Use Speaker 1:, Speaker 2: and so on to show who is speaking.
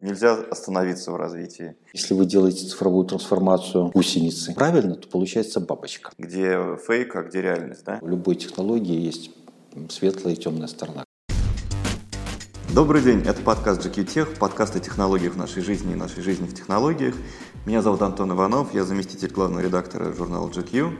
Speaker 1: Нельзя остановиться в развитии,
Speaker 2: Если вы делаете цифровую трансформацию гусеницы правильно, то получается бабочка.
Speaker 1: где фейк, а где реальность, да?
Speaker 2: У любой технологии есть м, светлая и темная сторона.
Speaker 1: Добрый день, это подкаст GQ Tech, подкаст о технологиях нашей жизни и нашей жизни в технологиях. Меня зовут Антон Иванов, я заместитель главного редактора журнала GQ.